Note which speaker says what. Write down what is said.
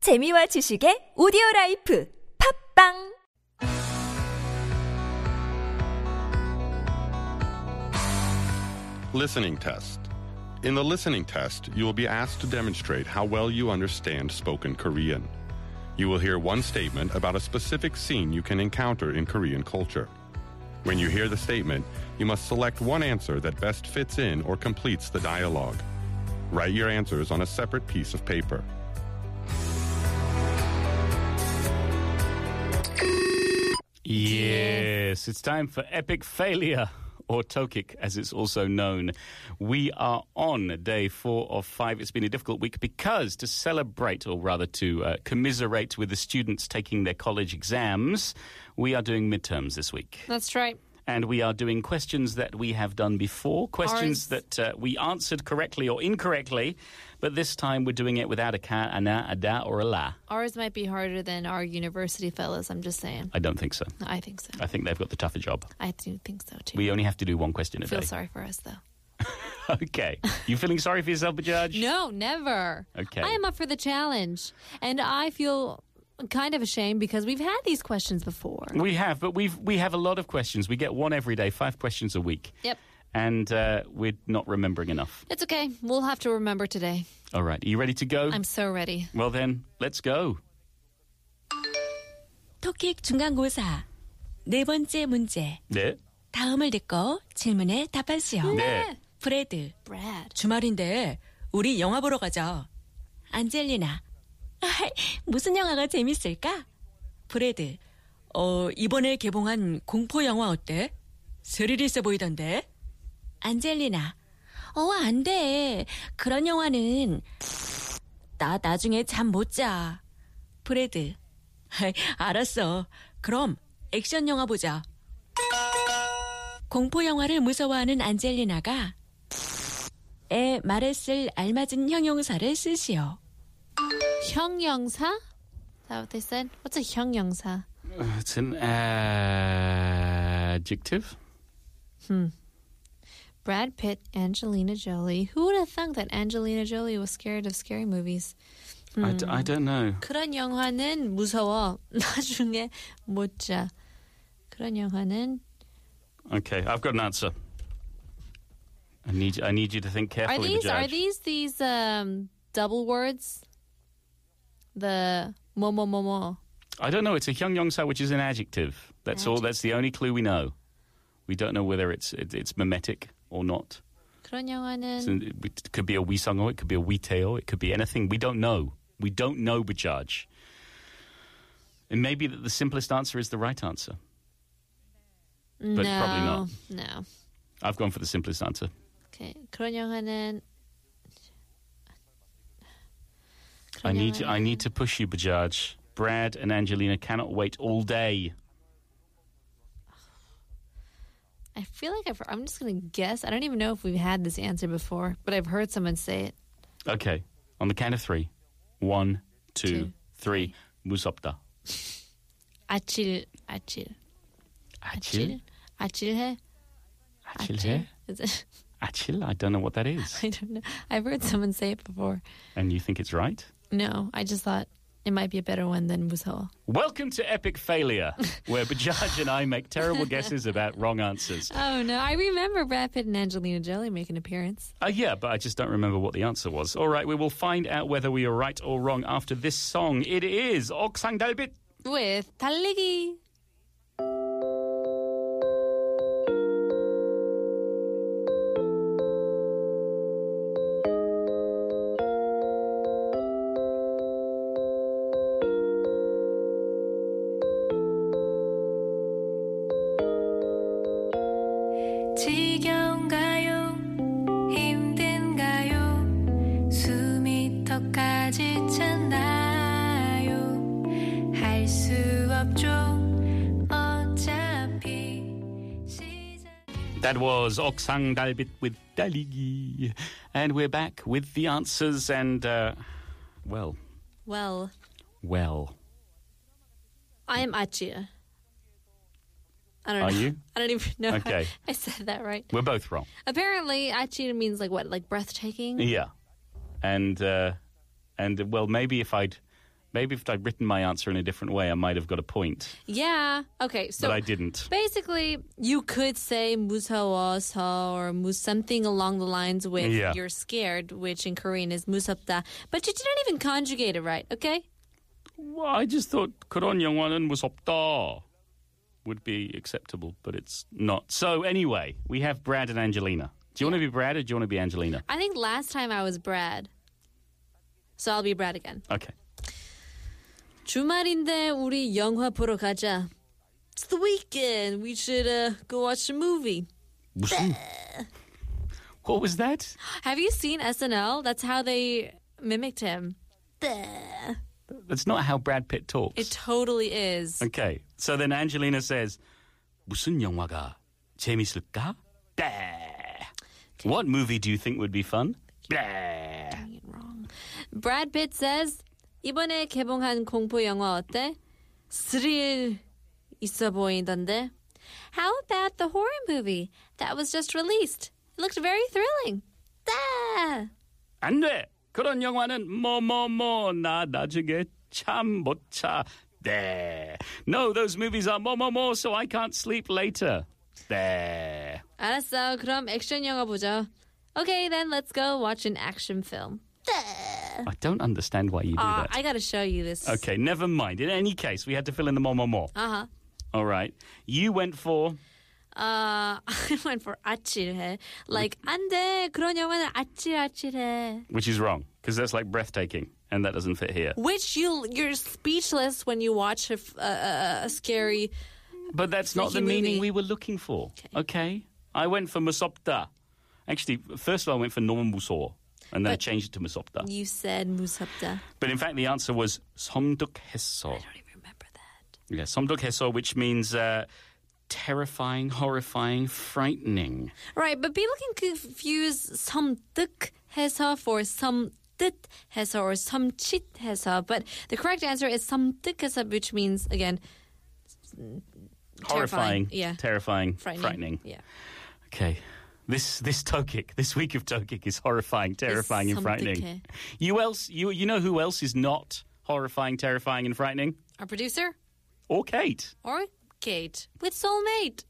Speaker 1: 재미와 지식의 오디오 라이프 팝빵
Speaker 2: Listening Test. In the listening test, you will be asked to demonstrate how well you understand spoken Korean. You will hear one statement about a specific scene you can encounter in Korean culture. When you hear the statement, you must select one answer that best fits in or completes the dialogue. Write your answers on a separate piece of paper.
Speaker 3: Yes, it's time for Epic Failure, or Tokic as it's also known. We are on day four of five. It's been a difficult week because to celebrate, or rather to uh, commiserate with the students taking their college exams, we are doing midterms this week.
Speaker 4: That's right.
Speaker 3: And we are doing questions that we have done before, questions
Speaker 4: Ours-
Speaker 3: that uh, we answered correctly or incorrectly, but this time we're doing it without a ka, ana, a da, or a la.
Speaker 4: Ours might be harder than our university fellas. I'm just saying.
Speaker 3: I don't think so.
Speaker 4: I think so.
Speaker 3: I think they've got the tougher job.
Speaker 4: I do think so too.
Speaker 3: We only have to do one question a
Speaker 4: feel
Speaker 3: day.
Speaker 4: sorry for us though.
Speaker 3: Okay. You feeling sorry for yourself, Judge?
Speaker 4: No, never.
Speaker 3: Okay.
Speaker 4: I am up for the challenge, and I feel kind of ashamed because we've had these questions before.
Speaker 3: We have, but we've we have a lot of questions. We get one every day, five questions a week.
Speaker 4: Yep.
Speaker 3: And uh, we're not remembering enough.
Speaker 4: It's okay. We'll have to remember today.
Speaker 3: All right. Are you ready to go?
Speaker 4: I'm so ready.
Speaker 3: Well then, let's go.
Speaker 5: 토킥 중간고사 네 번째 문제
Speaker 3: 네.
Speaker 5: 다음을 듣고 질문에 답하시오.
Speaker 3: 네.
Speaker 5: 브레드
Speaker 4: Brad.
Speaker 5: 주말인데 우리 영화 보러 가자. 안젤리나 무슨 영화가 재밌을까? 브레드 어 이번에 개봉한 공포 영화 어때? 스릴 있어 보이던데. 안젤리나 어 안돼 그런 영화는 나 나중에 잠 못 자. 브레드 알았어 그럼 액션 영화 보자. 공포 영화를 무서워하는 안젤리나가 에 말에 쓸 알맞은 형용사를 쓰시오.
Speaker 4: 형용사? Is that what they said? What's a 형용사?
Speaker 3: It's an adjective.
Speaker 4: Brad Pitt, Angelina Jolie. Who would have thought that Angelina Jolie was scared of scary movies? Hmm.
Speaker 3: I, d- I don't know.
Speaker 4: 그런 영화는 무서워. 나중에 못 자. 그런 영화는
Speaker 3: Okay, I've got an answer. I need I need you to think
Speaker 4: are
Speaker 3: carefully,
Speaker 4: these are
Speaker 3: Judge.
Speaker 4: these these um double words? The momo momo.
Speaker 3: I don't know. It's a hyungyongsa, which is an adjective. That's all. That's the only clue we know. We don't know whether it's it, it's mimetic or not.
Speaker 4: 그런
Speaker 3: So
Speaker 4: 영화는
Speaker 3: it it could be a Wisango, it could be a Witeo, it could be anything. We don't know. We don't know Bajaj. It may be that the simplest answer is the right answer.
Speaker 4: no,
Speaker 3: but probably not.
Speaker 4: No.
Speaker 3: I've gone for the simplest answer.
Speaker 4: Okay. 그런 영화는
Speaker 3: I
Speaker 4: 그런
Speaker 3: need I
Speaker 4: 영화는-
Speaker 3: need to push you, Bajaj. Brad and Angelina cannot wait all day.
Speaker 4: I feel like I've, I'm just gonna guess. I don't even know if we've had this answer before, but I've heard someone say it.
Speaker 3: Okay, on the count of three. One, two,
Speaker 4: Two,
Speaker 3: three. Musopta.
Speaker 4: 아칠 아칠
Speaker 3: Achil?
Speaker 4: 아칠해
Speaker 3: Achil?
Speaker 4: Is it?
Speaker 3: Achil? I don't know what that is.
Speaker 4: I don't know. I've heard someone say it before.
Speaker 3: And you think it's right?
Speaker 4: No, I just thought it might be a better one than 무서워.
Speaker 3: Welcome to Epic Failure, where Bajaj and I make terrible guesses about wrong answers.
Speaker 4: Oh no, I remember Brad Pitt and Angelina Jolie make an appearance.
Speaker 3: Uh, yeah, but I just don't remember what the answer was. All right, we will find out whether we are right or wrong after this song. It is Oksang Dalbit.
Speaker 4: With 달리기.
Speaker 6: 지겨운가요? 힘든가요? 숨이 턱까지 찼나요? 할 수 없죠. 어차피 시작.
Speaker 3: That was Oksang Dalbit with Daligi. And we're back with the answers and, uh, well,
Speaker 4: Well,
Speaker 3: well.
Speaker 4: I'm Achia. I don't
Speaker 3: Are
Speaker 4: know.
Speaker 3: you?
Speaker 4: I don't even know. how
Speaker 3: Okay.
Speaker 4: I said that right.
Speaker 3: We're both wrong.
Speaker 4: Apparently, Achia means like what? Like breathtaking?
Speaker 3: Yeah. And, uh, and, well, uh, maybe if I'd Maybe if I'd written my answer in a different way, I might have got a point,
Speaker 4: Yeah. Okay. So
Speaker 3: but I didn't.
Speaker 4: Basically, you could say 무서워서 or 무 something along the lines with
Speaker 3: Yeah.
Speaker 4: you're scared, which in Korean is 무섭다. But you didn't even conjugate it right, okay?
Speaker 3: Well, I just thought 그런 영화는 무섭다 would be acceptable, but it's not. So anyway, we have Brad and Angelina. Do you want to be Brad or do you want to be Angelina?
Speaker 4: I think last time I was Brad. So I'll be Brad again.
Speaker 3: Okay.
Speaker 4: 주말인데 우리 영화 보러 가자. It's the weekend. We should uh, go watch a movie.
Speaker 3: 무슨? What was that?
Speaker 4: Have you seen SNL? That's how they mimicked him.
Speaker 3: That's not how Brad Pitt talks.
Speaker 4: It totally is.
Speaker 3: Okay. So then Angelina says, 무슨 영화가 재밌을까? 네. What movie do you think would be fun? 네.
Speaker 4: Brad Pitt says 이번에 개봉한 공포 영화 어때? 스릴 있어 보이던데. How about the horror movie that was just released? It looked very thrilling. 네.
Speaker 3: 안 돼. 그런 영화는 뭐뭐뭐 나 나중에 참 못 자. 네. No, those movies are 뭐뭐뭐 so I can't sleep later. 네.
Speaker 4: 알았어. 그럼 액션 영화 보자. Okay, then let's go watch an action film.
Speaker 3: I don't understand why you do
Speaker 4: Uh,
Speaker 3: that.
Speaker 4: I gotta show you this.
Speaker 3: Okay, never mind. In any case, we had to fill in the 뭐뭐뭐.
Speaker 4: Uh-huh.
Speaker 3: All right. You went for
Speaker 4: Uh, I went for 아찔해. Like, 안 돼. 그런 영화는 아찔아찔해.
Speaker 3: which is wrong because that's like breathtaking and that doesn't fit here.
Speaker 4: Which you you're speechless when you watch a, f- a- a- a scary.
Speaker 3: But that's not the
Speaker 4: Freaky
Speaker 3: meaning we
Speaker 4: movie.
Speaker 3: were looking for. Okay. I went for Musopta. Actually, first of all, I went for Norman Musaw, and then I changed it to Musopta.
Speaker 4: You said 무섭다.
Speaker 3: But in fact, the answer was Somdukheso.
Speaker 4: I don't remember that.
Speaker 3: Yeah, Somdukheso, which means uh, terrifying, horrifying, frightening.
Speaker 4: Right, but people can confuse 섬뜩해서 for 섬뜻해서 or 섬찟해서. But the correct answer is 섬뜩해서, which means again
Speaker 3: Horrifying,
Speaker 4: Terrifying, yeah.
Speaker 3: terrifying,
Speaker 4: frightening. Yeah.
Speaker 3: Okay. This this Tokik, this week of Tokik is horrifying, terrifying, and frightening.
Speaker 4: Somdukhe.
Speaker 3: You else you you know who else is not horrifying, terrifying, and frightening?
Speaker 4: Our producer
Speaker 3: Or Kate.
Speaker 4: or Kate with soulmate.